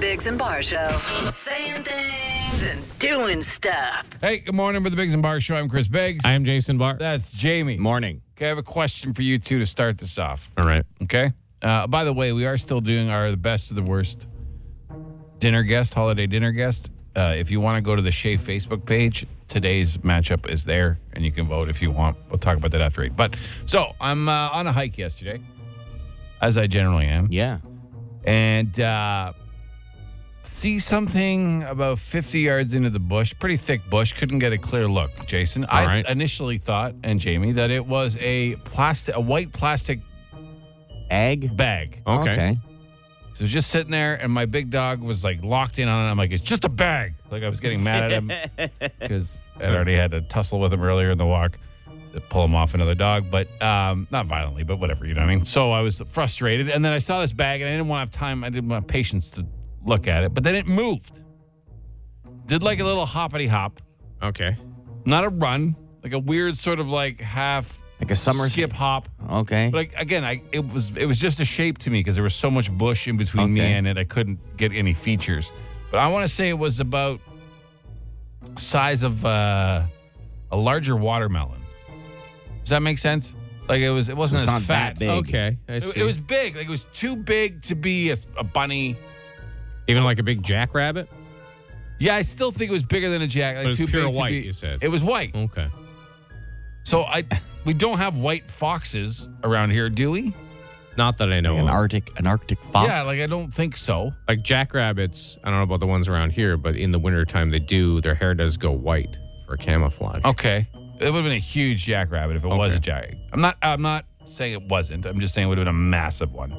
Biggs and Bar Show. Saying things and doing stuff. Hey, good morning with the Biggs and Bar Show. I'm Chris Biggs. I am Jason Barr. That's Jamie. Morning. Okay, I have a question for you two to start this off. All right. Okay. Uh, by the way, we are still doing our the best of the worst dinner guest, holiday dinner guest. Uh, if you want to go to the Shea Facebook page, today's matchup is there, and you can vote if you want. We'll talk about that after eight. But so I'm uh, on a hike yesterday, as I generally am, Yeah. and uh, see something about 50 yards into the bush, pretty thick bush. Couldn't get a clear look, Jason. I All right. initially thought, and Jamie, that it was a plastic, a white plastic Egg. bag. Okay. So it was just sitting there, and my big dog was like locked in on it. I'm like, it's just a bag. Like I was getting mad at him because I'd already had a tussle with him earlier in the walk to pull him off another dog, but um, not violently, but whatever, you know what I mean? So I was frustrated. And then I saw this bag, and I didn't want to have time, I didn't want patience to look at it, but then it moved. Did like a little hoppity hop, Okay. not a run, like a weird sort of like half Like a summer skip hop. Okay. But like, again, I it was it was just a shape to me because there was so much bush in between me Okay. and it, I couldn't get any features. But I want to say it was about size of uh, a larger watermelon. Does that make sense? Like it was, it wasn't It's as not fat. that big. Okay. I It, see. it was big. Like it was too big to be a, a bunny. even like a big jackrabbit. Yeah, I still think it was bigger than a jack. Like But it's too pure big to white, be- you said. it was white. Okay. So I, we don't have white foxes around here, do we? Not that I know. an of. Arctic, an Arctic fox. Yeah, like I don't think so. like jackrabbits. I don't know about the ones around here, but in the wintertime they do. Their hair does go white for camouflage. Okay. It would have been a huge jackrabbit if it was Okay. a jack. I'm not. I'm not saying it wasn't. I'm just saying it would have been a massive one.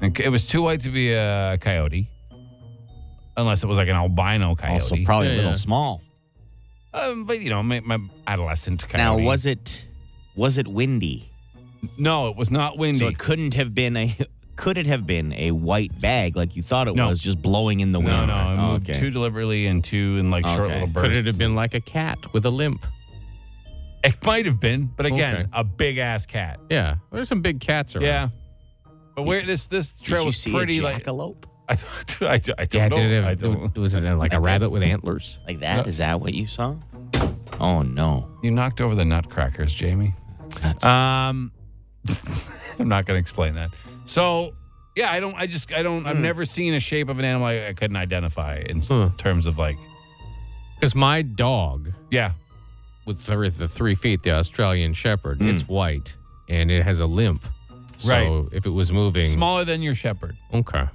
And c- it was too white to be a coyote, unless it was like an albino coyote. Also, probably Yeah, a little yeah. small. Um, but you know, my, my adolescent coyote. Now, was it was it windy? no, it was not windy. So it couldn't have been a could it have been a white bag like you thought it No. was, just blowing in the wind? no, no, it Oh, moved okay. too deliberately and too in like short Okay. little bursts. Could it have been like a cat with a limp? It might have been, but again, Okay. a big ass cat. Yeah. There's some big cats around. Yeah. But where this this trail Did you was see pretty a like jackalope? I, don't- I, don't- I don't Yeah. know. Did it I have, don't. was it like a rabbit with antlers? Like that? Is that what you saw? Oh no. You knocked over the nutcrackers, Jamie. Um, I'm not going to explain that. So, yeah, I don't. I just. I don't. I've never seen a shape of an animal I, I couldn't identify in s- Hmm. Huh. terms of like. Because my dog Yeah. with the, the three feet, the Australian Shepherd, it's white and it has a limp. Mm. So Right. if it was moving, Smaller than your shepherd. Okay.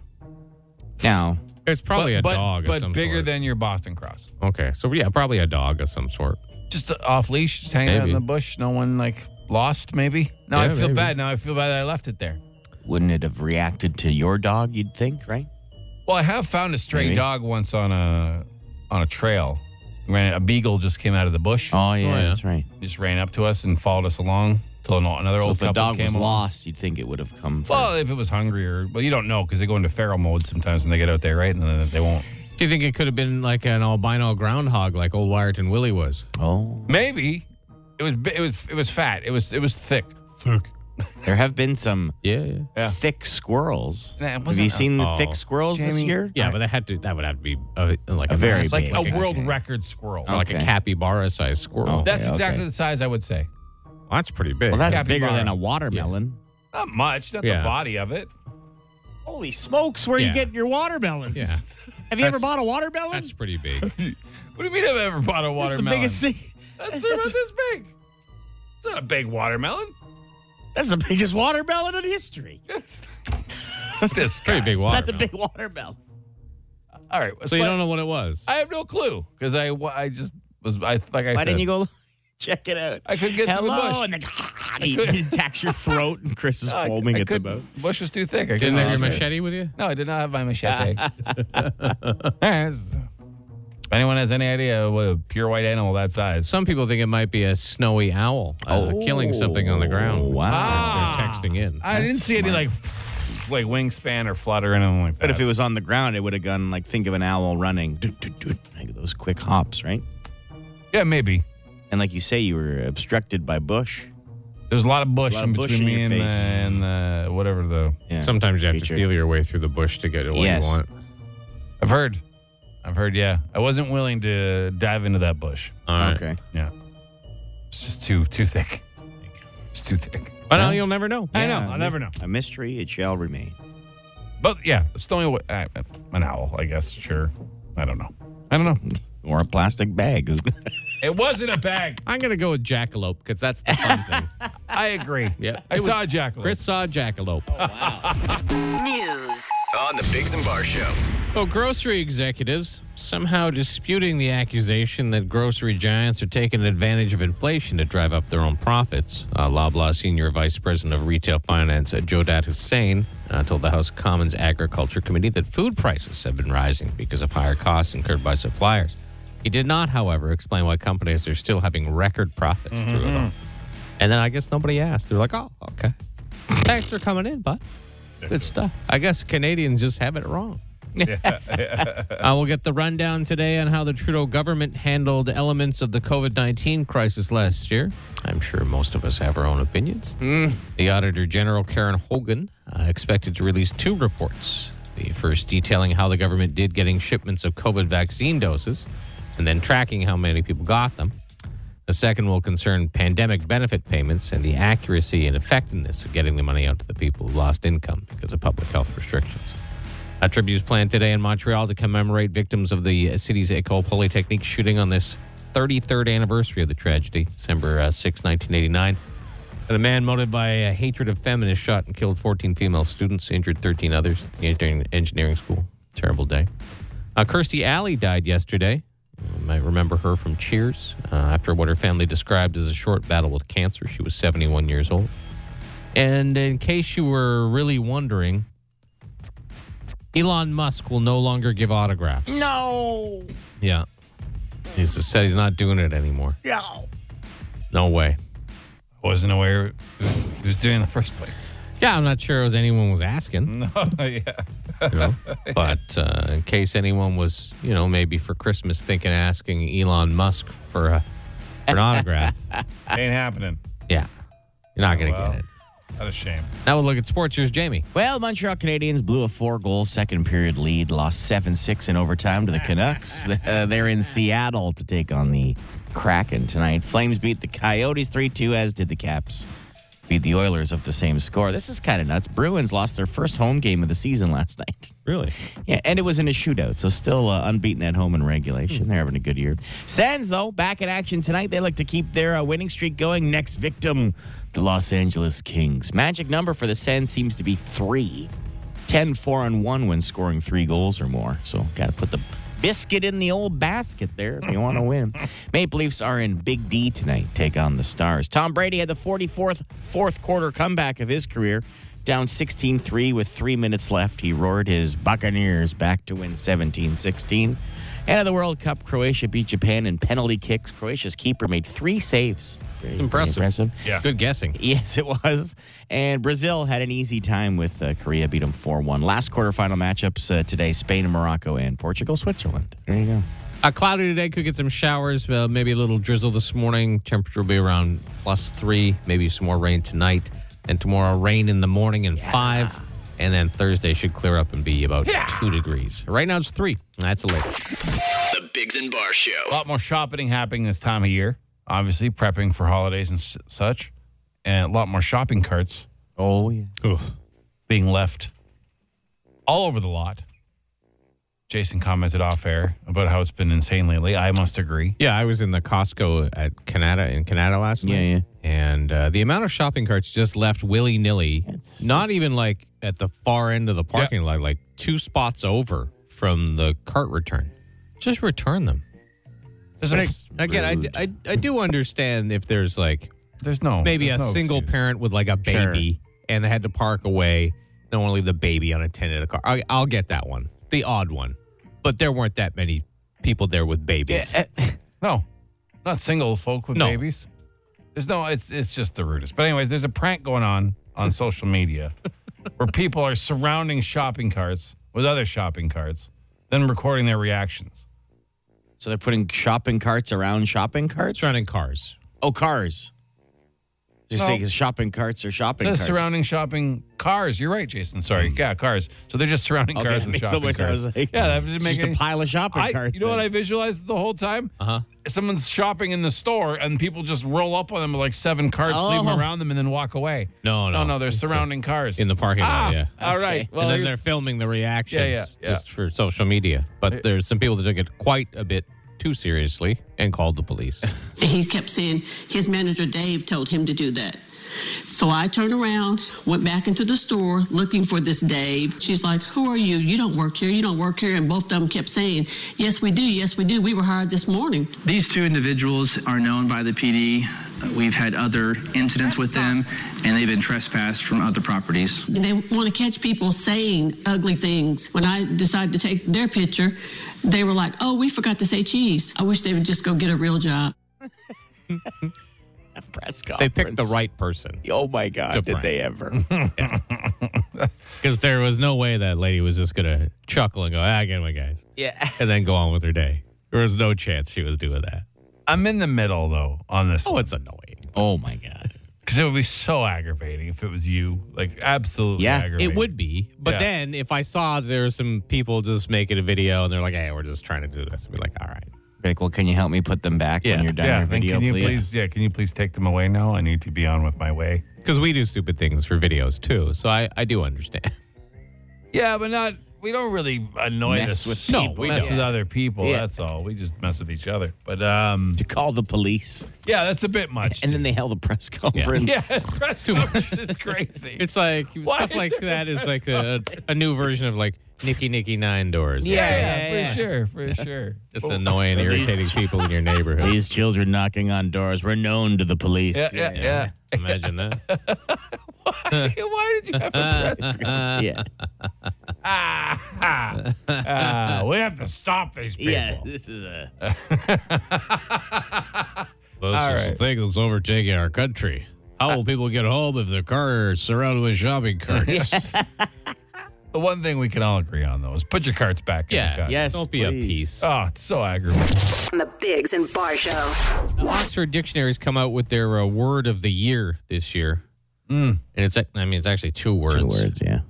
Now It's probably but, a but, dog, but of some bigger sort. than your Boston Cross. Okay, so yeah, probably a dog of some sort. Just off leash, just hanging out in Maybe. the bush. No one like lost. Maybe. Now I Yeah, feel maybe. bad. Now I feel bad that I left it there. wouldn't it have reacted to your dog, you'd think, right? Well, I have found a stray Maybe. dog once on a on a trail. Ran, a beagle just came out of the bush. Oh yeah, yeah. that's that's right. just ran up to us and followed us along till an, another So old if the couple dog came was along. lost, you'd think it would have come for Well, if it was hungry or well, you don't know because they go into feral mode sometimes when they get out there, right? And then they won't. Do you think it could have been like an albino groundhog, like old Wyerton Willie was? Oh. Maybe it was bi- it was it was fat. It was it was thick. Thick. There have been some Yeah, Yeah. thick squirrels. Nah, it have wasn't you a- seen the oh. thick squirrels this Jamie? year? yeah, but that had to that would have to be a, like A very massive- Like big. a like world Okay. record squirrel. a, like a Okay. capybara sized squirrel. Oh. That's Okay, exactly okay. the size I would say. Well, that's pretty big. Well, that's Capybara. bigger than a watermelon. Not much. Not Yeah. the body of it. Holy smokes, where Yeah. your watermelons? Yeah. Have you ever That's- bought a watermelon? that's pretty big. What do you mean I've ever bought a That's the watermelon? biggest thing. That's, they're about this big. It's not a big watermelon. That's the biggest watermelon in history. It's, it's this pretty guy. big water. That's a big watermelon. All right. So you don't know what it was. I have no clue because I wa- I just was I like I Why said. didn't you go check it out? I couldn't get through the Hello, bush. and then he attacks your throat, and Chris is No, I- foaming I at the couldn't. mouth. Bush was too thick. I Didn't couldn't have your concentrate. machete with you? No, I did not have my machete. All right, this- Anyone has any idea what a pure white animal that size? Some people think it might be a snowy owl uh, killing something on the ground. Oh, Wow. They're texting in. I didn't That's see any like smart. like wingspan or flutter and anything like that. But if Uh, it was on the ground, it would have gone like think of an owl running, Doot, doot, doot. like those quick hops, right? yeah, maybe. And like you say, you were obstructed by bush. There's a lot of bush Lot of in bush between in me your and, face. uh, and uh, whatever the. Yeah. Sometimes you have to Creature. feel your way through the bush to get what Yes. you want. I've heard. I've heard, yeah. I wasn't willing to dive into that bush. All right. Okay. Yeah. It's just too too thick. It's too thick. But now you'll never know. I know. I'll never know. A mystery it shall remain. But yeah, it's the only way. I, an owl, I guess. Sure. I don't know. I don't know. Or a plastic bag. It wasn't a bag. I'm gonna go with jackalope because that's the fun thing. I agree. Yep. I It was- saw a jackal. Chris saw a jackalope. News. On the Bigs and Bar Show. Well, grocery executives somehow disputing the accusation that grocery giants are taking advantage of inflation to drive up their own profits. Uh, Loblaw Senior Vice President of Retail Finance, uh, Jodat Hussein, uh, told the House Commons Agriculture Committee that food prices have been rising because of higher costs incurred by suppliers. He did not, however, explain why companies are still having record profits through it all. And then I guess nobody asked. They're like, oh, okay. Thanks for coming in, bud. Good stuff. I guess Canadians just have it wrong. Uh, we'll get the rundown today on how the Trudeau government handled elements of the COVID 19 crisis last year. I'm sure most of us have our own opinions. The Auditor General, Karen Hogan, uh, expected to release two reports. The first detailing how the government did getting shipments of COVID vaccine doses and then tracking how many people got them. The second will concern pandemic benefit payments and the accuracy and effectiveness of getting the money out to the people who lost income because of public health restrictions. A tribute's planned today in Montreal to commemorate victims of the city's École Polytechnique shooting on this 33rd anniversary of the tragedy, December uh, 6, 1989. And a man motivated by a hatred of feminists shot and killed 14 female students, injured 13 others at the engineering- engineering school. Terrible day. Uh, Kirstie Alley died yesterday. You might remember her from Cheers uh, after what her family described as a short battle with cancer. She was 71 years old. And in case you were really wondering, Elon Musk will no longer give autographs. No. Yeah. He just said he's not doing it anymore. No. No way. I wasn't aware he was doing in the first place. Yeah, I'm not sure it was anyone was asking, No, yeah. you know? but uh, in case anyone was, you know, maybe for Christmas thinking of asking Elon Musk for, a, for an autograph, Ain't happening. yeah, you're not gonna Wow. get it. What a shame. Now we'll look at sports. Here's Jamie. well, Montreal Canadiens blew a four goal second period lead, lost 7 6 in overtime to the Canucks. Uh, they're in Seattle to take on the Kraken tonight. Flames beat the Coyotes 3 2, as did the Caps. Beat the Oilers of the same score. This is kind of nuts. Bruins lost their first home game of the season last night. Really? Yeah, and it was in a shootout, so still uh, unbeaten at home in regulation. They're having a good year. Sens, though, back in action tonight. They look to keep their uh, winning streak going. Next victim, the Los Angeles Kings. Magic number for the Sens seems to be three. 10 4 and 1 when scoring three goals or more. So, got to put the biscuit in the old basket there if you want to win. Maple Leafs are in Big D tonight, take on the Stars. Tom Brady had the 44th fourth quarter comeback of his career. Down 16 3 with three minutes left, he roared his Buccaneers back to win 17 16. And at the World Cup, Croatia beat Japan in penalty kicks. Croatia's keeper made three saves. Pretty- pretty Impressive. impressive. Yeah. Good guessing. Yes, it was. And Brazil had an easy time with uh, Korea, beat them 4 1. Last quarterfinal matchups uh, today Spain and Morocco, and Portugal, Switzerland. There you go. Uh, cloudy today. Could get some showers. Uh, maybe a little drizzle this morning. Temperature will be around plus three. Maybe some more rain tonight. And tomorrow, rain in the morning and five. And then Thursday should clear up and be about two degrees. Right now it's three. That's a late. The Bigs and Bar A Show. lot more shopping happening this time of year. Obviously, prepping for holidays and s- such, and a lot more shopping carts Oh, yeah. being left all over the lot. Jason commented off air about how it's been insane lately. I must agree. Yeah, I was in the Costco at Canada in Canada last night. Yeah, yeah. And uh, the amount of shopping carts just left willy nilly. It's- Not even like at the far end of the parking lot, like two spots over from the cart return. Just return them. There's, But I, again, I d- I, I do understand if there's like there's no maybe a there's no single excuse. parent with like a baby and they had to park away. They want to leave the baby unattended in a car. I, I'll get that one, the odd one. But there weren't that many people there with babies. No, not single folk with No. babies. There's no. It's it's just the rudest. But anyways, there's a prank going on on social media where people are surrounding shopping carts with other shopping carts, then recording their reactions. So they're putting shopping carts around shopping carts? Running cars. Oh, cars. Just No. say shopping carts or shopping It carts. Mm. says surrounding shopping cars. You're right, Jason. Sorry. Yeah, cars. So they're just surrounding Okay, cars that with makes so shopping much- I cars. was like, yeah, that didn't it's make just a any- pile of shopping I- carts You know what then. I visualized the whole time? Uh huh. Uh-huh. Someone's shopping in the store, and people just roll up on them with like seven carts, leave Oh. them around them, and then walk away. No, no. no, no. They're It's a- surrounding cars in the parking Ah, lot. Yeah. All right. Well, and then they're here's- filming the reactions Yeah, yeah, just for social media. But there's some people that took it quite a bit too seriously and called the police. And he kept saying his manager Dave told him to do that. So I turned around, went back into the store looking for this Dave. She's like, Who are you? You don't work here. You don't work here. And both of them kept saying, Yes, we do. Yes, we do. We were hired this morning. These two individuals are known by the PD. We've had other incidents with them, and they've been trespassed from other properties. And they want to catch people saying ugly things. When I decided to take their picture, they were like, Oh, we forgot to say cheese. I wish they would just go get a real job. Press they picked the conference. right person Oh my God! To Did prank. they ever? because there was no way that lady was just going to chuckle and go, ah, get my guys, yeah. and then go on with her day. There was no chance she was doing that. I'm in the middle though on this. Oh, it's annoying. Oh my God. because it would be so aggravating if it was you. Like absolutely. Yeah, it aggravating. It would be. But Yeah. then if I saw there were some people just making a video and they're like, hey, we're just trying to do this, I'd be like, all right. Like, well, can you help me put them back Yeah. when you're done Yeah. your Then video, can you please? please? Yeah. Can you please take them away now? I need to be on with my way. Because we do stupid things for videos too. So I, I do understand. Yeah, but not. We don't really annoy Mess this with no, people. we mess Yeah. with other people. Yeah. That's all. We just mess with each other. But um, To call the police, yeah, that's a bit much. and then they held a press conference. yeah, that's too much. It's crazy. It's like Why stuff is like there that is like a, a new version of like Nicky Nicky Nine Doors. yeah, It's yeah, for sure, for sure. Just annoying, irritating people in your neighborhood. These children knocking on doors were known to the police. Yeah, yeah, yeah. Imagine that. Why did you have a press? yeah. Ah, we have to stop these people. Yeah, This is a This is the thing that's overtaking our country. How will people get home if their car is surrounded with shopping carts? The one thing we can all agree on, though, is put your carts back. In the yeah. car. Yes, Don't be a please. piece. Oh, it's so aggravating. On the Bigs and Bar Show. Oxford dictionaries come out with their uh, word of the year this year. And it's, ac- I mean, it's actually Mm. two words. two words. Yeah.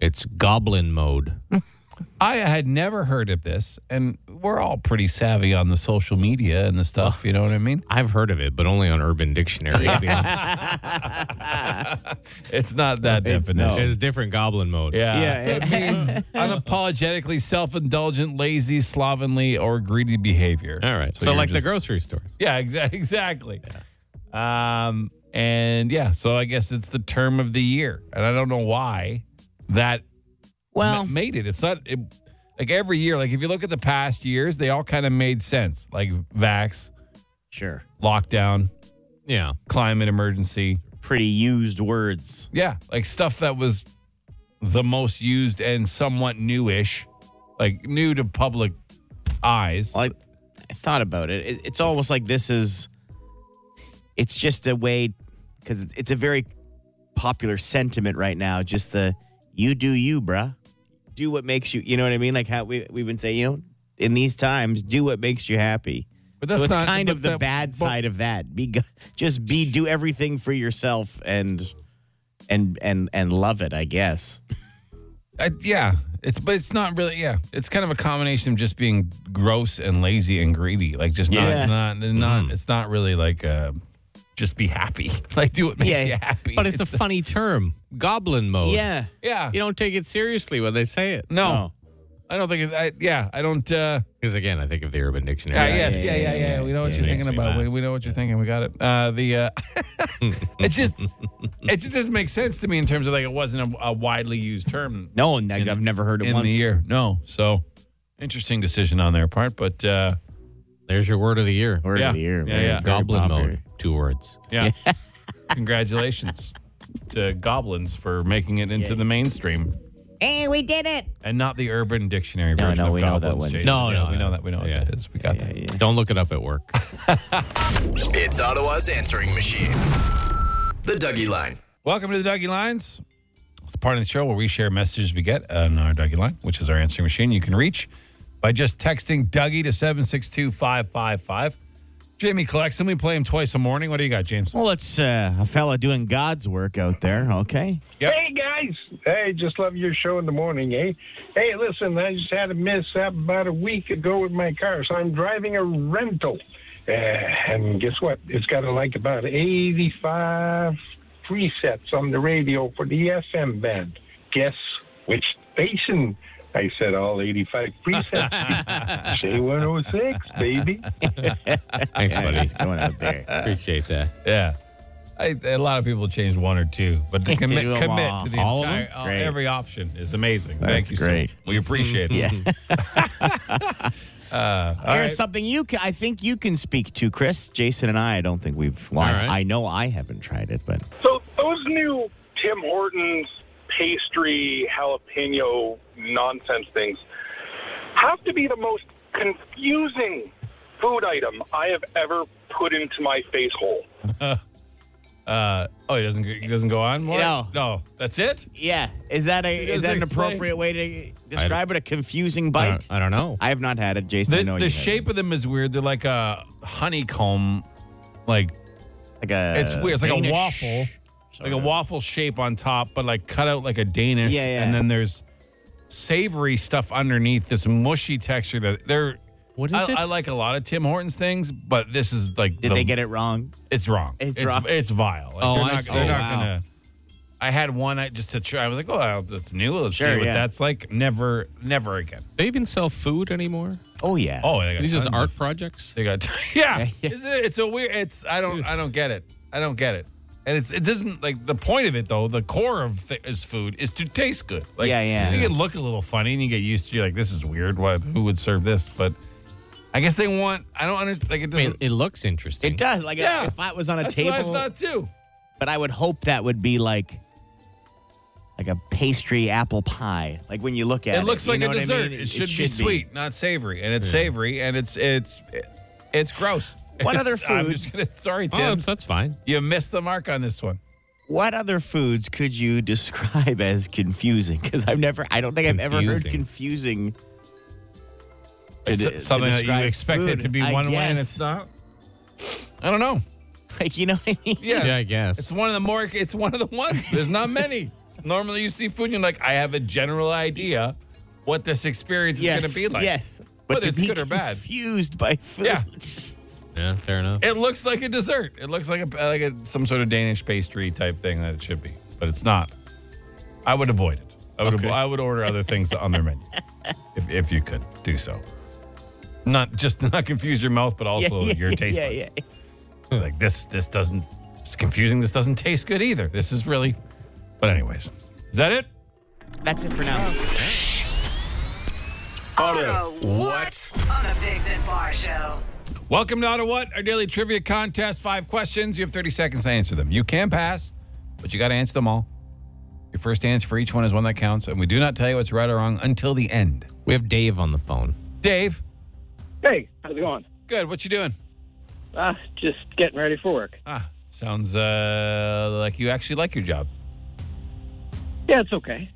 It's goblin mode. I had never heard of this, and we're all pretty savvy on the social media and the stuff. You know what I mean? I've heard of it, but only on Urban Dictionary. It's not that It's definition. no. It's different goblin mode. Yeah. Yeah, It means unapologetically self indulgent, lazy, slovenly, or greedy behavior. All right. So, you're like the just- grocery stores. Yeah, exa- exactly. Um, and yeah, so I guess it's the term of the year. And I don't know why that Well, ma- made it. It's not it, like every year, like if you look at the past years, they all kind of made sense. Like vax, sure. lockdown, Yeah. climate emergency. Pretty used words. Yeah, like stuff that was the most used and somewhat newish, like new to public eyes. Well, I, I thought about it. it. It's almost like this is. It's just a way, because it's, it's a very popular sentiment right now. Just the you do you, bruh. Do what makes you. You know what I mean? Like how we we've been saying. You know, in these times, do what makes you happy. But so that's it's not- kind but of the that- bad but- side of that. Be g- just be do everything for yourself and and and and love it. I guess. I, yeah, it's but it's not really. Yeah, it's kind of a combination of just being gross and lazy and greedy. Like just not, Yeah. not, not. It's not really like uh, just be happy. Like do what makes Yeah. you happy. But it's a funny term goblin mode. Yeah. yeah. You don't take it seriously when they say it. no, I don't think it's. I, yeah, I don't. Uh, Because, again, I think of the Urban Dictionary. Yeah, yes, yeah, yeah, yeah, yeah. We know what yeah, you're yeah. thinking Makes me about. We, laugh. we know what you're thinking. We got it. Uh, the uh, it just it just doesn't make sense to me in terms of like it wasn't a, a widely used term No, and I've never heard it in once. the year. No, so interesting decision on their part, but uh, There's your word of the year. Word Yeah. of the year. Yeah, very- yeah. very Goblin popular. mode. Two words. yeah, congratulations to goblins for making it into the mainstream Hey, we did it. and not the Urban Dictionary No, version no, of we know that goblins. one. Jason. No, Yeah, no, we no. know that. We know what Yeah. that is. We got that. Don't look it up at work. It's Ottawa's answering machine. The Dougie Line. Welcome to the Dougie Lines. It's the part of the show where we share messages we get on our Dougie line, which is our answering machine you can reach by just texting Dougie to 762 555. Jamie Claxton, we play him twice a morning. What do you got, James? Well, it's uh, a fella doing God's work out there, okay? Hey guys, hey, just love your show in the morning, eh? Hey, listen, I just had a mishap about a week ago with my car, so I'm driving a rental, uh, and guess what? It's got uh, like about 85 presets on the radio for the FM band. Guess which station? I Hmm. said all 85 presets. J106, baby. Thanks, buddy. What's going out there? Appreciate that. Yeah. I, a lot of people change one or two, but to Do commit, them commit all. to the All of entire, uh, them's great. every option is amazing. Thank That's you. so great. much. We appreciate it. Yeah. All right. Here's something you ca I think you can speak to, Chris. Jason and I, I don't think we've. Well, All right. I know I haven't tried it, but So those new Tim Hortons pastry jalapeno nonsense things have to be the most confusing food item I have ever put into my face hole. Uh, oh, he doesn't. He doesn't go on more. No. no, that's it. yeah, is that a is doesn't that an explain- appropriate way to describe it? A confusing I bite. don't, I don't know. I have not had it, Jason. I The, know the you shape of them is weird. They're like a honeycomb, like Haven't. Like a it's weird. It's like Uh, Danish- a waffle, like a waffle shape on top, but like cut out like a Danish. Yeah, yeah. And then there's savory stuff underneath this mushy texture that they're. What is I, it? I like a lot of Tim Hortons things, but this is like Did the- they get it wrong? It's wrong. It's wrong. It's vile. Like, Oh, they're I not, see. They're not Wow. gonna. I had one I, just to try. I was like, oh, that's new. Let's see Sure, what yeah. that's like. Never, never again. They even sell food anymore? Oh yeah. Oh, they got These just tons of- art projects? They got yeah. It's, a, it's a weird. It's I don't I don't get it. I don't get it. And it's it doesn't like the point of it though. The core of th- is food is to taste good. Like Yeah, yeah. You can look a little funny and you get used to. You're like this is weird. Why who would serve this? But I guess they want. I don't understand. Like it I mean, doesn't. it looks interesting. It does. Like Yeah. if I was on a that's table, what I thought too. but I would hope that would be like like a pastry apple pie. Like when you look at it, It looks you like know a what I mean? dessert. It, should, be sweet, not savory. And it's savory, and it's it's it's gross. What It's- other I'm foods- just gonna- sorry, Oh, Tim. that's, that's fine. you missed the mark on this one. What other foods could you describe as confusing? Because I've never, I don't think I've ever heard confusing. It's de- to something that you describe expect it food, to be I one way, and guess. it's not. I don't know. Like you know what I mean? Yeah, Yeah, I guess. it's one of the more. It's one of the ones. There's not many. Normally, you see food, and you're like, I have a general idea what this experience is going to be like. Yes, But to it's be good or bad. Confused by food. Yeah. Yeah, fair enough. It looks like a dessert. It looks like a like a some sort of Danish pastry type thing that it should be, but it's not. I would avoid it. I would avo- I would order other things on their menu if if you could do so. Not just not confuse your mouth, but also your taste yeah, buds. yeah. Like this this doesn't it's confusing. This doesn't taste good either. This is really. But anyways, is that it? That's it for now. what? On the Bigs and Bar Show. Welcome to Auto What, our daily trivia contest. Five questions. You have 30 seconds to answer them. You can pass, but you got to answer them all. Your first answer for each one is one that counts, and we do not tell you what's right or wrong until the end. We have Dave on the phone. Dave, Hey, how's it going? good. What you doing? Uh, just getting ready for work. Ah, sounds uh, like you actually like your job. Yeah, it's okay.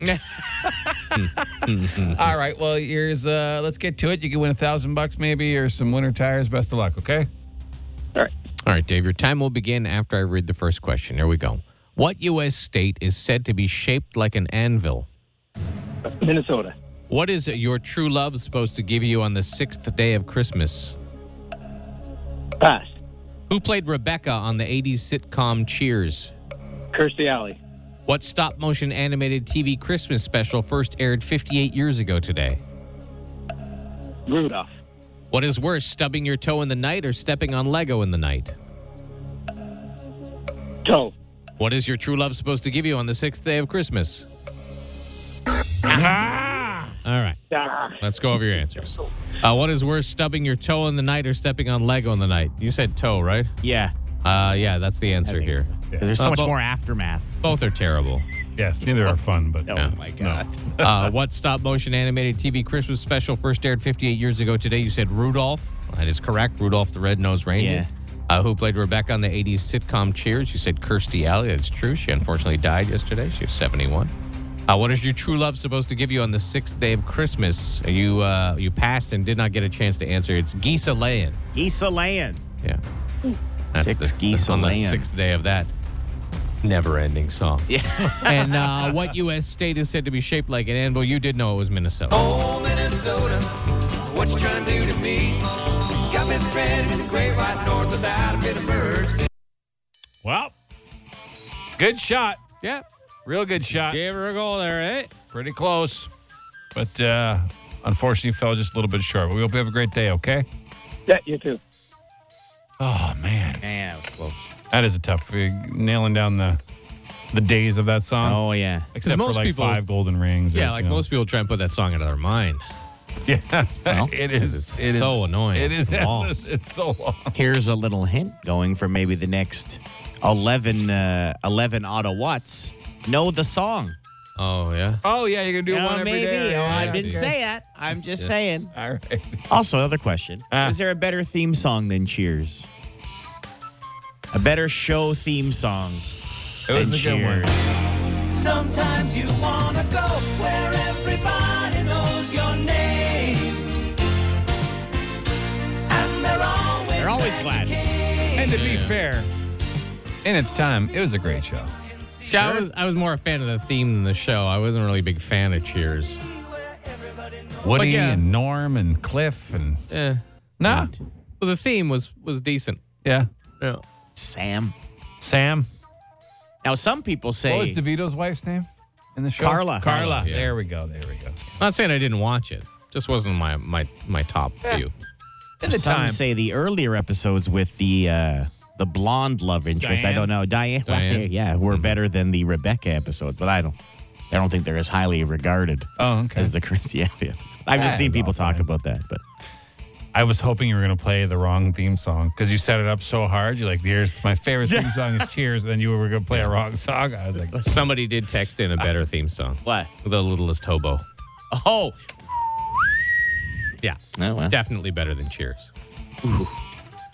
all right. Well, here's uh, let's get to it. You can win a thousand bucks, maybe, or some winter tires. Best of luck. Okay. All right, Dave, your time will begin after I read the first question. Here we go. What U.S. state is said to be shaped like an anvil? Minnesota. What is your true love supposed to give you on the sixth day of Christmas? Pass. Who played Rebecca on the 80s sitcom Cheers? Kirstie Alley. What stop motion animated TV Christmas special first aired 58 years ago today? Rudolph. What is worse, stubbing your toe in the night or stepping on Lego in the night? Toe. What is your true love supposed to give you on the sixth day of Christmas? All right, Ah, let's go over your answers. Uh, what is worse, stubbing your toe in the night or stepping on Lego in the night? You said toe, right? Yeah. Uh, yeah, that's the answer here. 'Cause There's so Uh, much but- more aftermath. Both are terrible. Yes, neither are fun, but Oh my god. Uh, what stop motion animated TV Christmas special first aired 58 years ago today? You said Rudolph. That is correct. Rudolph the Red-Nosed Reindeer. Uh, who played Rebecca on the 80s sitcom Cheers? You said Kirstie Alley. That's true. She unfortunately died yesterday. She was 71. Uh, what is your true love supposed to give you on the sixth day of Christmas? You uh, you passed and did not get a chance to answer. It's Geese Layin. Issa Land. Yeah. That's Six geese on a the lamb. sixth day of that never-ending song. Yeah. and uh, what U.S. state is said to be shaped like an anvil? You did know it was Minnesota. Oh, Minnesota, what you trying to do to me? Got me stranded in the great white north without a bit of mercy. Well, good shot. Yeah. Real good shot. Gave her a goal there, eh? Pretty close. But uh, unfortunately, fell just a little bit short. We hope you have a great day, okay? Yeah, you too. Oh, man. Man, that was close. That is a tough uh, nailing down the the days of that song. Oh yeah. Except for most like people- five golden rings. or, Yeah, like you know. most people try and put that song into their mind. Yeah, Well, it is. It's It is so annoying. It is long. endless. It's so long. Here's a little hint going for maybe the next 11, uh, 11 auto watts. Know the song. Oh yeah. Oh yeah, you can do Oh, one every day. maybe. Yeah, Oh, I yeah, didn't yeah. say that. I'm just saying. All right. Uh, Also, another question. Ah. Is there a better theme song than Cheers? A better show theme song. It was a than good one. Cheers? Sometimes you wanna go where everybody knows your name. And they're always, They're always glad. you came. And to be fair, in its time, it was a great show. See, I was I was more a fan of the theme than the show. I wasn't really a big fan of Cheers. Woody yeah. and Norm and Cliff and Eh. nah, Well, the theme was was decent. yeah, Yeah. Sam. Sam. Now, some people say. What was DeVito's wife's name in the show? Carla. Carla. Yeah. There we go. There we go. Not saying I didn't watch it. Just wasn't my my my top few. At the Some time, say the earlier episodes with the uh, the blonde love interest. Diane? I Mm-hmm. don't know Diane. Diane. Yeah, were better than the Rebecca episode, but I don't. I don't think they're as highly regarded Oh, okay. as the Christy Alley episode. I've That just seen is people all talk fine. about that, but I was hoping you were going to play the wrong theme song because you set it up so hard. You're like, "Here's my favorite theme song is Cheers," and then you were going to play a wrong song. I was like, "Hmm, Somebody did text in a better theme song. what? The Littlest Hobo. Oh, Yeah. oh well. Definitely better than Cheers.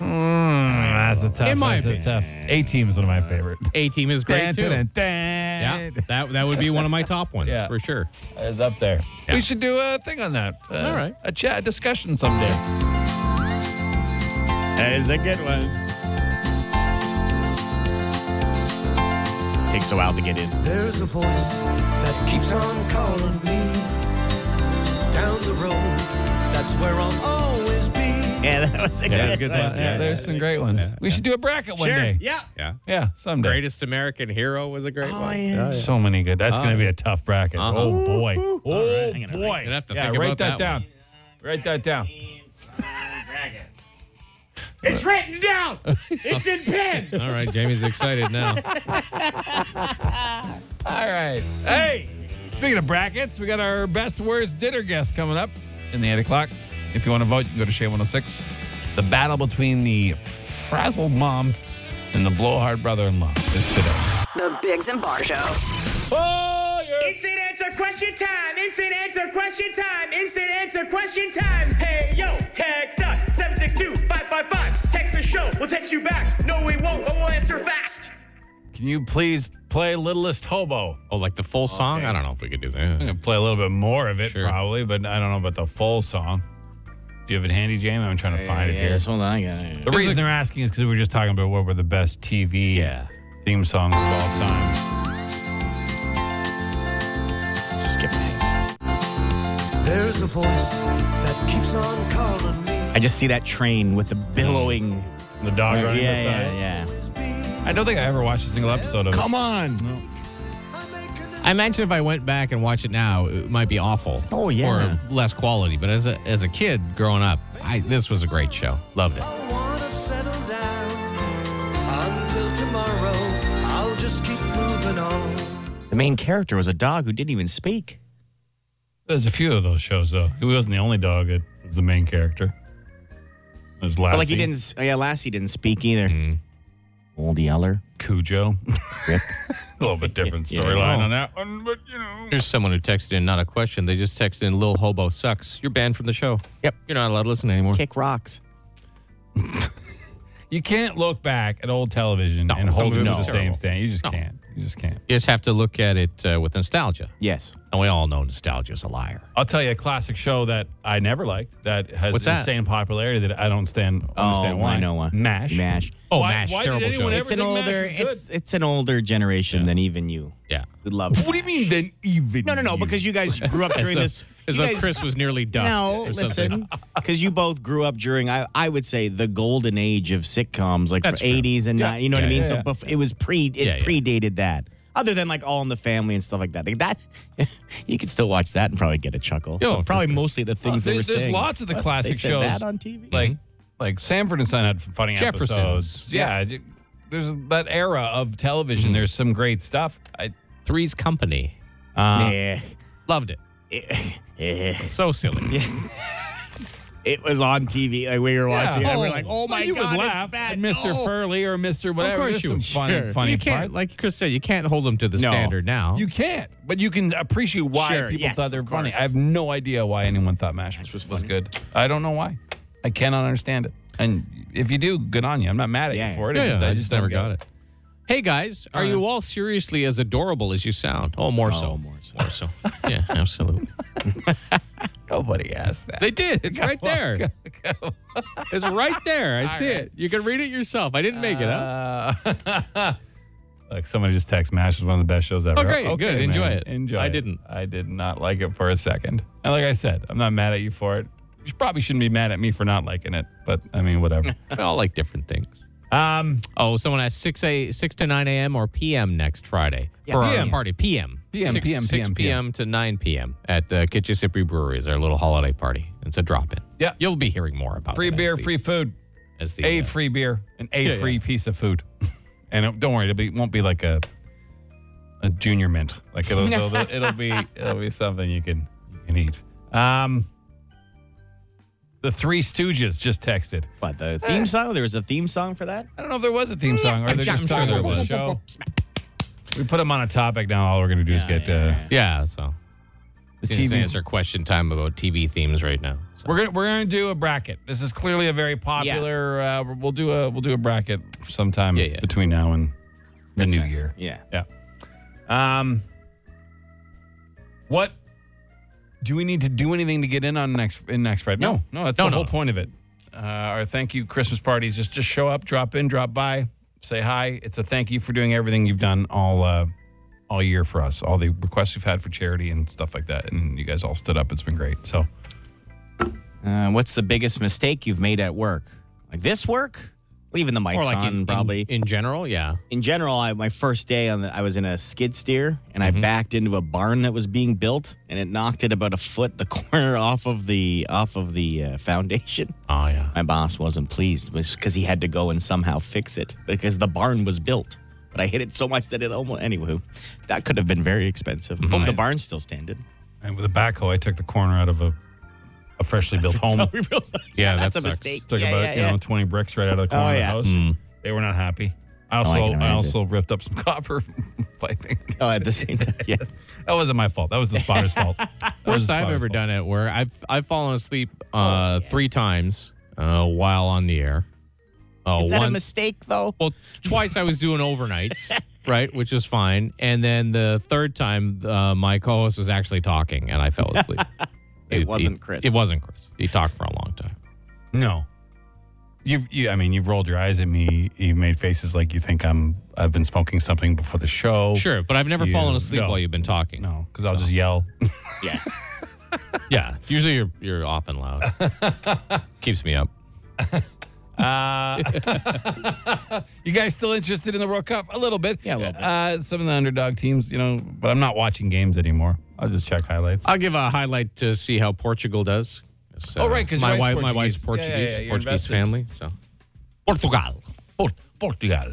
Mm, that's a tough. It might that's a be. tough. A team is one of my favorites. A Team is great Dun, too. dun, dun, Yeah, dun. that that would be one of my top ones Yeah. for sure. It's up there. Yeah. We should do a thing on that. Uh, All right. A chat a discussion someday. That is a good one. Takes a while to get in. There's a voice that keeps on calling me down the road. That's where I'll always be. Yeah, that was a Yeah, good one. Yeah, there's some great ones. we should do a bracket one Sure. day. Yeah. Yeah. Oh, Yeah, someday. Greatest American Hero was a great one. Yeah. So many good. That's going to be a tough bracket. Uh-huh. Oh boy. right, Oh I'm gonna boy. write- I'd have to yeah, think write about that, that down. one. Write that down. It's written down. It's in pen. All right, Jamie's excited now. All right. Hey, speaking of brackets, we got our best worst dinner guest coming up in the eight o'clock. If you want to vote, you can go to Shea 106. The battle between the frazzled mom and the blowhard brother-in-law is today. The Biggs and Bar Show. Instant answer question time. Instant answer question time. Instant answer question time. Hey yo, text us 762-555. Text the show. We'll text you back. No, we won't, but we'll answer fast. Can you please play Littlest Hobo? Oh, like the full song? I don't know if we could do that. I'm gonna play a little bit more of it Sure. probably, but I don't know about the full song. Do you have it handy, Jamie? I'm trying to find it here. hold on. I got it. The reason they're asking is because we were just talking about what were the best TV Yeah. theme songs of all time. Skip it. There's a voice that keeps on calling me. I just see that train with the billowing. The dog running beside it. yeah. I don't think I ever watched a single episode of it. Come on. I imagine if I went back and watched it now, it might be awful. Oh, yeah. Or less quality. But as a as a kid growing up, I this was a great show. Loved it. I wanna settle down until tomorrow. I'll just keep moving on. The main character was a dog who didn't even speak. There's a few of those shows though. He wasn't the only dog that was the main character. There's Lassie, But like he didn't. oh, Yeah, Lassie didn't speak either. Mm-hmm. Old Yeller. Cujo. Rip. a little bit different Yeah. Oh. storyline on that one, but you know. Here's someone who texted in, not a question. They just texted in, Lil Hobo sucks. You're banned from the show. Yep. You're not allowed to listen anymore. Kick rocks. You can't look back at old television No, and some hold it of it to was the same oh, terrible. stand. You just can't. You just can't. You just have to look at it uh, with nostalgia. Yes. And we all know nostalgia's a liar. I'll tell you a classic show that I never liked that has What's the that? same popularity that I don't stand understand oh, why. I know why. Mash. Mash. Oh, Why- MASH, why did terrible show. anyone ever- It's an Everything Mash older. is good. It's it's an older generation than even you. yeah. Would love. it. What do you mean then even? No, no, no. you? Because you guys grew up during this. As you though guys- Chris was nearly dust. No, or something. listen, because you both grew up during I, I would say the golden age of sitcoms, like That's for true. eighties and 90s, you know what Yeah, I mean. yeah, so yeah. bef- it was pre it Yeah, yeah. predated that. Other than like All in the Family and stuff like that, like that you could still watch that and probably get a chuckle. Yeah, But for probably sure. mostly the things Oh, Well, they were there- there's saying. lots of the What? classic they said shows, That on TV, like like Sanford and Son had funny Jefferson's. episodes. Yeah, j- there's that era of television. There's some great stuff. I Three's Company. uh, yeah, Loved it. yeah. So silly. it was on TV. Like we were watching, it, and we're like, oh Well, my you god, would it's laugh bad. at Mr. No. Furley or Mr. Whatever. course There's you some would. funny, Sure. funny you can't, parts. like Chris said, you can't hold them to the No. standard now. you can't, but you can appreciate why Sure, people yes, thought they were of funny. course. I have no idea why anyone thought Mash was, was good. I don't know why. I cannot understand it. And if you do, good on you. I'm not mad at Yeah, you for it. yeah, I just, yeah, I just never don't get got it. Hey guys, are you all seriously as adorable as you sound? Oh, more so, more so, more so. yeah, absolutely. Nobody asked that. They did. It's right there. it's right there. I see it. You can read it yourself. I didn't make it up. Like somebody just text Mash is one of the best shows ever. Oh, great. Good. Enjoy it. Enjoy. I it. didn't. I did not like it for a second. And like I said, I'm not mad at you for it. You probably shouldn't be mad at me for not liking it, but I mean, whatever. We all like different things. Uh, um, Oh, someone asked six a six to nine a.m. or p.m. next Friday for our PM. party. P.m. PM, Six- PM, six PM. p.m. to nine p.m. at uh, Kitchissippi Brewery is our little holiday party. It's a drop-in. Yeah. you'll be hearing more about free it as beer, the- free food, as the a uh, free beer, and a free piece of food. And it- don't worry, it'll be, it won't be like a a junior mint. Like it'll it'll, it'll be it'll be something you can you can eat. Um, the Three Stooges just texted. But the theme song, there was a theme song for that. I don't know if there was a theme song or I'm they're sure- just I'm talking sure about the there show. We put them on a topic now. All we're going to do is get uh, Yeah, so the it's TV. answer question time about TV themes right now. So. We're gonna we're gonna do a bracket. This is clearly a very popular. Uh, we'll do a we'll do a bracket sometime Yeah, yeah. between now and the new year. Yeah. Yeah. Um. What do we need to do anything to get in on next in next Friday? No, no, that's No, the no, whole no. point of it. Uh, our thank you Christmas parties. Just just show up, drop in, drop by, say hi. It's a thank you for doing everything you've done all uh, all year for us. All the requests we've had for charity and stuff like that, and you guys all stood up. It's been great. So. Uh, what's the biggest mistake you've made at work? Like this work? Leaving the mics or like on, in, probably. in, general, yeah. in general, I, my first day on the, I was in a skid steer and I backed into a barn that was being built and it knocked it about a foot the corner off of the off of the uh, foundation. Oh yeah. My boss wasn't pleased because he had to go and somehow fix it because the barn was built. But I hit it so much that it almost. Anywho, that could have been very expensive. But the barn's still standing. And with a backhoe, I took the corner out of a, a freshly built home. We realized- Yeah, that's that a sucks. mistake. Took Yeah, about yeah, you yeah. know twenty bricks right out of the corner Oh, of the yeah. house. They were not happy. I also I can I, imagine. also ripped up some copper piping. Oh, at the same time, yeah. That wasn't my fault. That was the spotter's fault. That was Worst the I've spotter's ever fault. done at work. I've I've fallen asleep Oh, uh, three times uh, while on the air. Uh, Is that a one- mistake though? Well, twice I was doing overnights, right, which is fine. And then the third time, uh, my co-host was actually talking, and I fell asleep. It he- wasn't Chris. It wasn't Chris. He talked for a long time. No, you you. I mean, you've rolled your eyes at me. You made faces like you think I'm. I've been smoking something before the show. Sure, but I've never You- fallen asleep no. while you've been talking. No, because I'll just yell. Yeah. Yeah, usually you're you're off and loud. Keeps me up. You guys still interested in the World Cup? A little bit. Yeah, a little bit. Uh, some of the underdog teams, you know, but I'm not watching games anymore. I'll just check highlights. I'll give a highlight to see how Portugal does. It's, Oh, uh, right, 'cause my your wife's wife, my wife's Portuguese. Portuguese, Yeah, yeah, yeah, you're Portuguese invested. family. So Portugal. Port- Portugal.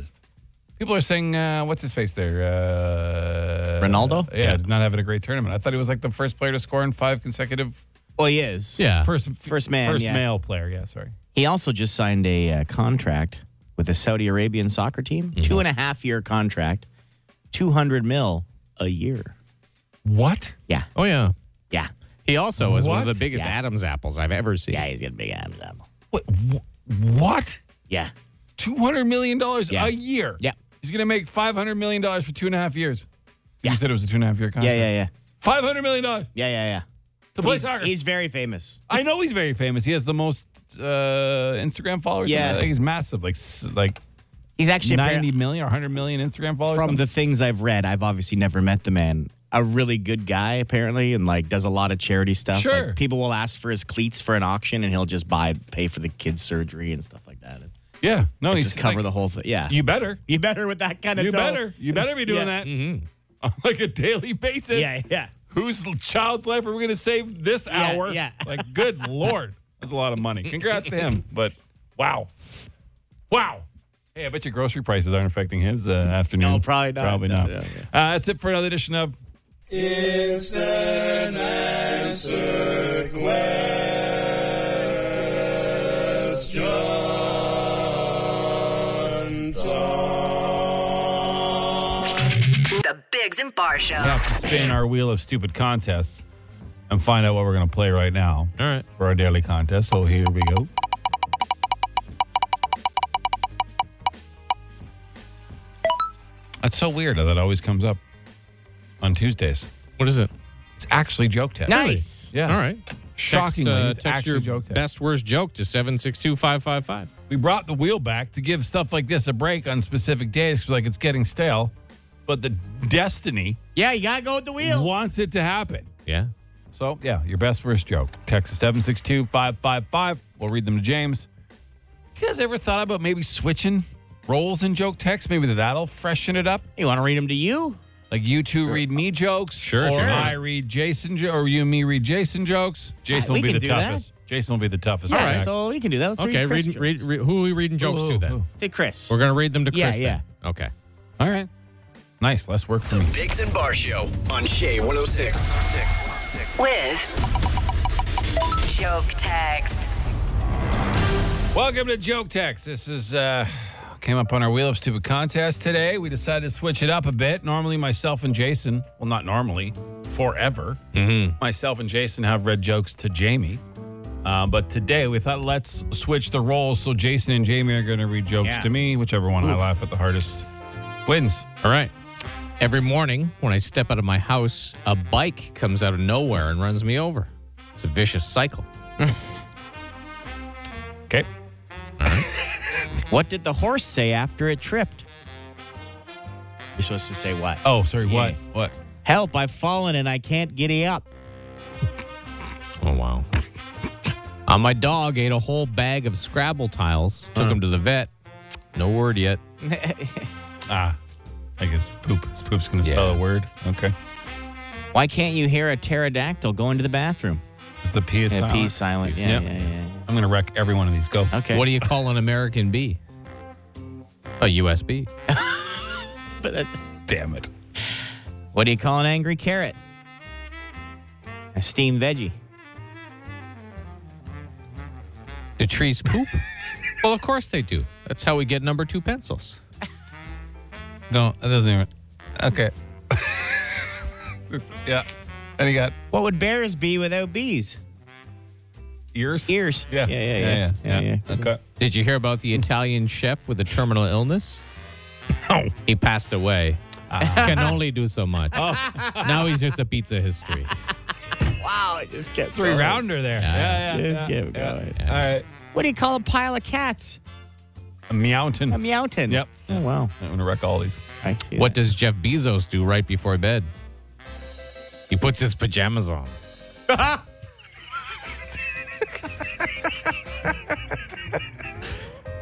People are saying, uh, what's his face there? Uh, Ronaldo? Yeah, not having a great tournament. I thought he was like the first player to score in five consecutive. Well, Oh, he is. Yeah, First, First man, First yeah. male player. Yeah, sorry. He also just signed a uh, contract with the Saudi Arabian soccer team, two and a half year contract, two hundred mil a year. What? Yeah, Oh yeah. yeah, He also is one of What? the biggest Yeah. Adam's apples I've ever seen. yeah. He's got a big abs. abs. What? Yeah, $200 million Yeah. a year? yeah. He's going to make five hundred million dollars for two and a half years. You said it was a two and a half year contract. yeah, yeah. Five hundred million dollars Yeah, yeah, yeah. to play he's, soccer. he's very famous. I know he's very famous. He has the most uh, Instagram followers. Yeah. I think he's massive. Like s- like He's actually apparent- ninety million or hundred million Instagram followers. from something. the things I've read. I've obviously never met the man. A really good guy apparently, and like does a lot of charity stuff. Like, Sure. people will ask for his cleats for an auction, and he'll just buy, pay for the kid's surgery and stuff like that. And yeah. No, he's just cover like, the whole thing. Yeah, You better. You better with that kind of. You dough. better. You better be doing Yeah. Mm-hmm. that on like a daily basis. Yeah, yeah. Whose child's life are we going to save this Yeah, hour? yeah. Like, good lord, that's a lot of money. Congrats to him. But wow, wow. Hey, I bet your grocery prices aren't affecting his uh, afternoon. No, probably not. Probably No, not. yeah, Uh, that's it for another edition of. The Bigs and Bar Show. have to spin our wheel of stupid contests and find out what we're going to play right now All right. for our daily contest. So here we go. That's so weird how that always comes up on Tuesdays. What is it? It's actually joke test. Nice. Yeah. All right. Shockingly, Text, uh, it's text actually your joke test. best worst joke to 762-555. We brought the wheel back to give stuff like this a break on specific days because like it's getting stale. But the destiny Yeah, you gotta go with the wheel. wants it to happen. Yeah. So, yeah, your best worst joke. Text us 762 555. We'll read them to James. You guys ever thought about maybe switching roles in joke text? Maybe that'll freshen it up. You want to read them to you? Like you two read me jokes. Sure, Or sure. I read Jason jo- or you and me read Jason jokes. Jason we will be can the do that. toughest. Jason will be the toughest. Yeah, All right. so we can do that. Let's Okay, read, Chris read, Jo- read, read, who are we reading jokes to then? to Chris. We're going to read them to Yeah, Chris then. Okay. All right. Nice. Less work for me. Bigs and Bar Show on Shea 106. With joke text. Welcome to Joke Text. This is uh came up on our Wheel of Stupid contest today. We decided to switch it up a bit. Normally myself and Jason, well not normally, forever. Mm-hmm. Myself and Jason have read jokes to Jamie. Uh, but today we thought let's switch the roles so Jason and Jamie are going to read jokes Yeah. to me, whichever one I laugh at the hardest wins. All right. Every morning when I step out of my house, a bike comes out of nowhere and runs me over. It's a vicious cycle. Okay. What did the horse say after it tripped? You're supposed to say what? Oh, sorry. Yeah. What? What? Help! I've fallen and I can't giddy up. Oh, wow. uh, my dog ate a whole bag of Scrabble tiles, took him to the vet. No word yet. Ah. I guess poop. Is poop's going to Yeah. spell a word. Okay. Why can't you hear a pterodactyl go into the bathroom? It's the P is Yeah, silent. peace, silent. Peace. Yeah, Yep. yeah, yeah, I'm going to wreck every one of these. Go. yeah. Okay. What do you call an American bee? A USB. Damn it. what do you call an angry carrot? A steamed veggie. Do trees poop? well, of course they do. That's how we get number two pencils. No, that doesn't even. Okay. This- yeah. And he got What would bears be without bees? ears. Ears. Yeah. Yeah, yeah, yeah. Yeah. Yeah, yeah. yeah. Okay. Did you hear about the Italian chef with a terminal illness? No. He passed away. Can only do so much. Now he's just a pizza history. Wow, it just kept Three going. rounder there. Yeah. Yeah. Just yeah, keep yeah. going. All right. What do you call a pile of cats? A meowton. A meowton. Yep. Oh, wow. I'm gonna wreck all these. I see What that. does Jeff Bezos do right before bed? He puts his pajamas on.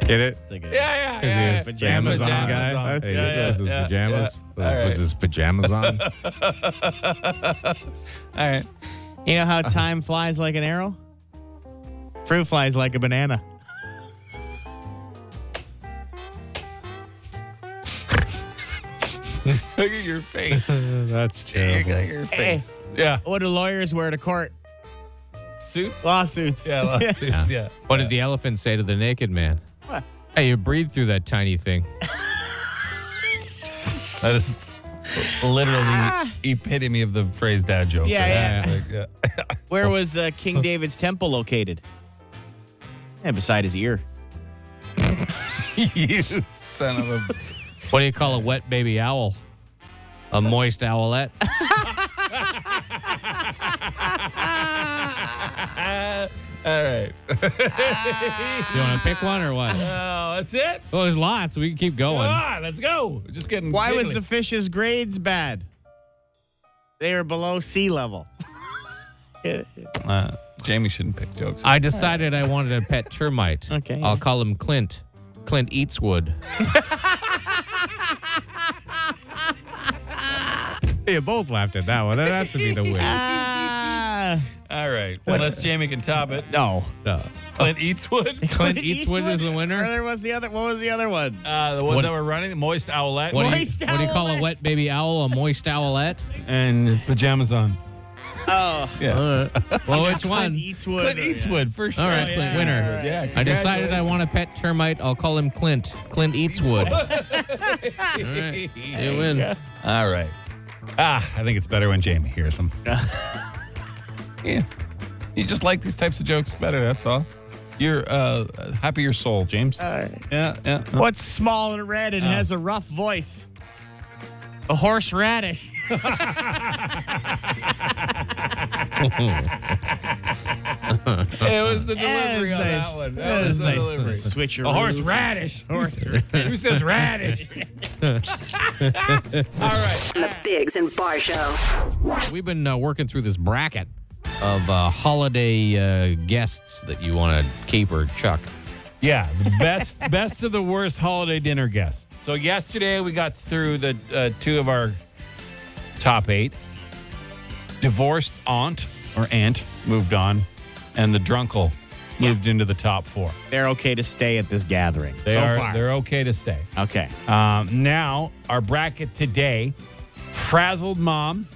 Get it? It's like a- Yeah. Yeah. yeah, yeah. pajamas on guy. on. Hey, Yeah, this yeah, was his yeah, pajamas. yeah. All right. Was his pajamas on? All right. You know how time flies like an arrow? Fruit flies like a banana. Look at your face. That's Look at your face. Yeah. What do lawyers wear to court? Suits. Lawsuits. Yeah. Lawsuits. Yeah. What did the elephant say to the naked man? What? Hey, you breathe through that tiny thing. That is literally epitome of the phrase dad joke. Yeah, yeah. yeah. Like, yeah. Where was uh, King David's temple located? Yeah, beside his ear. you son of a What do you call a wet baby owl? A moist owlet. Ah, All right. You want to pick one or what? Oh, that's it. Well, there's lots. We can keep Come going. on, let's go. We're just getting. Why was giggly. the fish's grades bad? They were below sea level. Jamie shouldn't pick jokes? I decided I wanted a pet termite. Okay. I'll call him Clint. Clint eats wood. you both laughed at that one. That has to be the win. Ah, All right. Unless Jamie can top it. no. No. Clint Eastwood. Clint Eastwood is the winner? Or there was the other. What was the other one? Uh, the ones What- that were running, Moist Owlette. What do, you, Moist what do you call a owlet. wet baby owl? A moist owlet? and his pajamas on. Oh, Well, which Clint one? Eastwood. Clint Eastwood, for sure. All right, Clint, winner. Yeah, I decided I want a pet termite. I'll call him Clint. Clint eats wood. All right. You win. All right. Ah, I think it's better when Jamie hears them. yeah. You just like these types of jokes better, that's all. You're uh, happy your soul, James. Uh, All right. Yeah, yeah. What's small and red and has a rough voice? A horseradish. It was the That was delivery on nice. that one. That, That was was the nice. delivery. Switcheroo. A horseradish. Who says radish? all right. The Bigs and Bar Show. We've been uh, working through this bracket of uh, holiday uh, guests that you want to keep or chuck. Yeah, the best best of the worst holiday dinner guests. So yesterday we got through the uh, two of our top eight: divorced aunt or aunt moved on, and the drunkle moved into the top four. They're okay to stay at this gathering. They so are far. they're okay to stay. okay. Um, now our bracket today: frazzled mom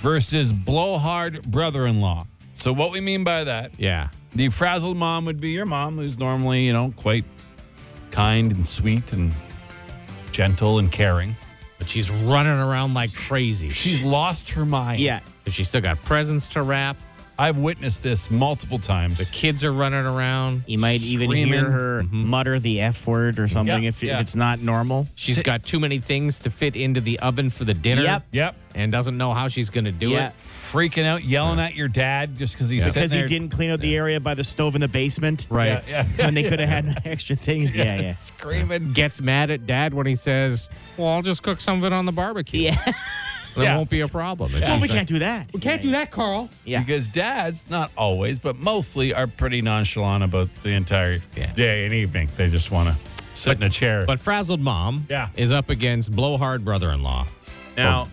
versus blowhard brother-in-law. So what we mean by that Yeah. the frazzled mom would be your mom, who's normally, you know, quite kind and sweet and gentle and caring. But she's running around like crazy. She's lost her mind. Yeah. But she's still got presents to wrap. I've witnessed this multiple times. The kids are running around. You might even hear Screaming. her mutter the F word or something Yeah, if, yeah. if it's not normal. She's got too many things to fit into the oven for the dinner. Yep. Yep. And doesn't know how she's going to do Yeah. it. Freaking out, yelling at your dad just because he's sitting Because he there- didn't clean out the area by the stove in the basement. Right. Yeah, yeah. When they could have had extra things. Yeah, yeah. Screaming. Gets mad at dad when he says, Well, I'll just cook some of it on the barbecue. Yeah. There Yeah. won't be a problem. And Well, she's we like, can't do that. "We can't do that, Carl. Yeah. Because dads, not always, but mostly are pretty nonchalant about the entire Yeah. day and evening. They just want to sit in a chair. But frazzled mom Yeah. is up against blowhard brother-in-law. Oh. Now,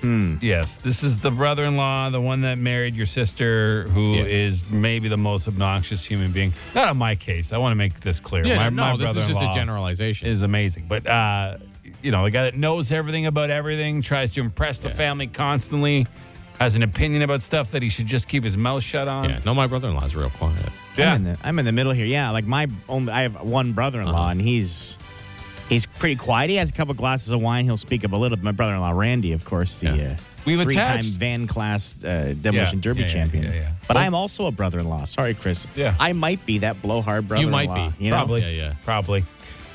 Hmm. yes, this is the brother in law, the one that married your sister, who is Yeah. maybe the most obnoxious human being. Not in my case. I want to make this clear. my, my no, this is just a brother-in-law generalization. Is amazing. But, uh, you know, the guy that knows everything about everything, tries to impress the family constantly, has an opinion about stuff that he should just keep his mouth shut on. yeah, no, my brother-in-law is real quiet. Yeah. I'm in the I'm in the middle here. Yeah, like my only I have one brother-in-law Uh-huh. and he's he's pretty quiet. He has a couple glasses of wine. He'll speak up a little. My brother-in-law Randy, of course, the Yeah. uh, We've three-time attached- van class uh, demolition Yeah, derby yeah, yeah, champion. yeah, yeah. But I'm also a brother-in-law. Sorry, Chris. Yeah. I might be that blowhard brother-in-law. might be. know? Oh, Probably. Yeah, yeah. Probably.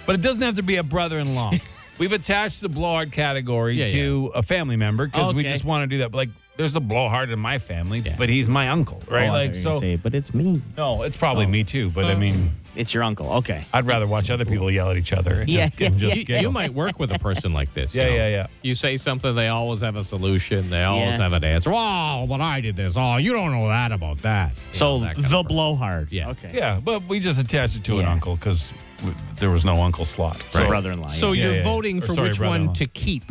But it doesn't have to be a brother in law. We've attached the blowhard category Yeah, to a family member because we Okay. just want to do that. But like, there's a blowhard in my family, Yeah. but he's my uncle, right? Oh, I like, thought you were so gonna say, Oh. but it's me. no, it's probably me too. But I mean, It's your uncle. Okay. I'd rather watch other people yell at each other. And Yeah, just, and just You, giggle. you might work with a person like this. you Yeah, know? yeah, yeah. You say something, they always have a solution. They always Yeah. have an answer. Oh, but I did this. Oh, you don't know that about that. You So know, that kind of the person. blowhard. Yeah. Okay. Yeah, but we just attached it to an Yeah. uncle because there was no uncle slot. So So- brother-in-law. yeah. So Yeah, you're yeah, yeah. voting Or for sorry, which brother-in-law. one to keep,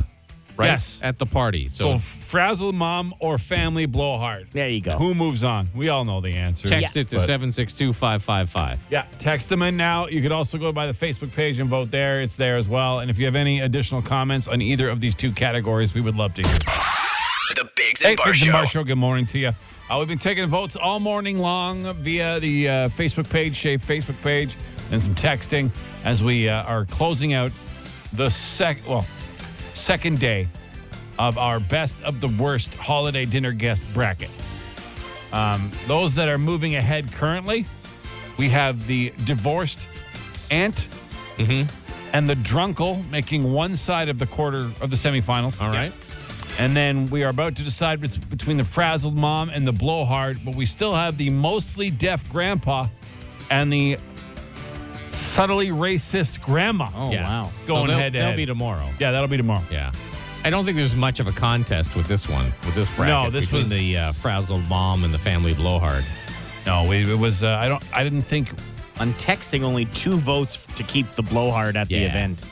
right? Yes. At the party. So So, frazzle mom or family blowhard. There you go. Who moves on? We all know the answer. text it to But- 762555. Yeah, text them in now. You could also go by the Facebook page and vote there. It's there as well. And if you have any additional comments on either of these two categories, we would love to hear. The Bigs and Bar Biggs and Show. Bar Show, good morning to you. Uh, we've been taking votes all morning long via the uh, Facebook page, Shave Facebook page, and some texting as we uh, are closing out the sec well second day of our best of the worst holiday dinner guest bracket. Um, those that are moving Mm-hmm. ahead currently, we have the divorced aunt and the Drunkle making one side of the quarter of the semifinals. All right. And then we are about to decide bet- between the frazzled mom and the blowhard, but we still have the mostly deaf grandpa and the subtly racist grandma. Oh Yeah. wow. Going so head to That'll head. be tomorrow. yeah, that'll be tomorrow. Yeah. I don't think there's much of a contest with this one, with this bracket. this between was- the uh, frazzled mom and the family blowhard. No, we, it was. Uh, I don't. I didn't think On texting, only two votes to keep the blowhard at the Yeah. event.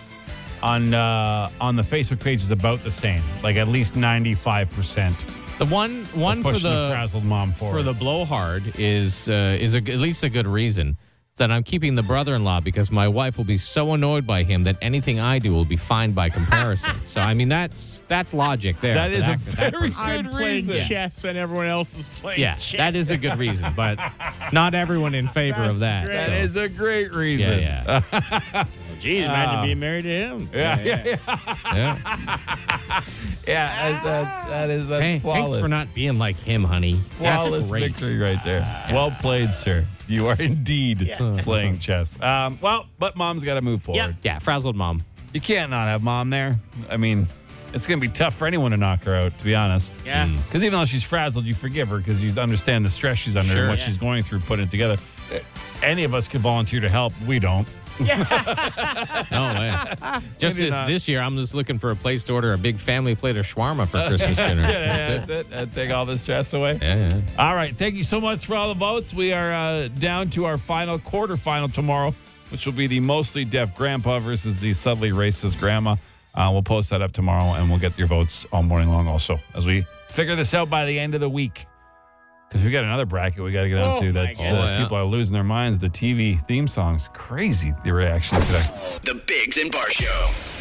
on uh, on the Facebook page is about the same. Like at least ninety five percent. The one one for pushing the, the frazzled mom forward. for the blowhard is uh, is a, at least a good reason that I'm keeping the brother-in-law because my wife will be so annoyed by him that anything I do will be fined by comparison. so I mean that's that's logic there. That for is a for that very person. good reason. chess when everyone else is playing yeah, that is a good reason, but not everyone in favor of that. great. That so- is a great reason. yeah, yeah, Ah. Geez, imagine being married to him. Yeah, yeah, yeah. yeah. yeah that's, that is that's Hey, flawless. thanks for not being like him, honey. flawless that's great. victory right there. Well played, sir. You are indeed playing chess. Um, well, but mom's got to move forward. Yeah, yeah, frazzled mom. You can't not have mom there. I mean, it's going to be tough for anyone to knock her out, to be honest. Yeah. Mm. Because even though she's frazzled, you forgive her because you understand the stress she's under Sure. and what Yeah. she's going through putting it together. Uh, Any of us could volunteer to help. We don't. No way. Oh, Just Maybe this, not. this year, I'm just looking for a place to order a big family plate of shawarma for Christmas dinner. That's Eh, That's it. That'd take all the stress away. it. Yeah, yeah. All right. Thank you so much for all the votes. We are uh, down to our final quarterfinal tomorrow, which will be the mostly deaf grandpa versus the subtly racist grandma. Uh, we'll post that up tomorrow and we'll get your votes all morning long also as we figure this out by the end of the week. Because we got another bracket we got to get onto. my That's uh, God. Oh, yeah. people are losing their minds. The TV theme song's crazy. The reaction today. The Bigs and Bar Show.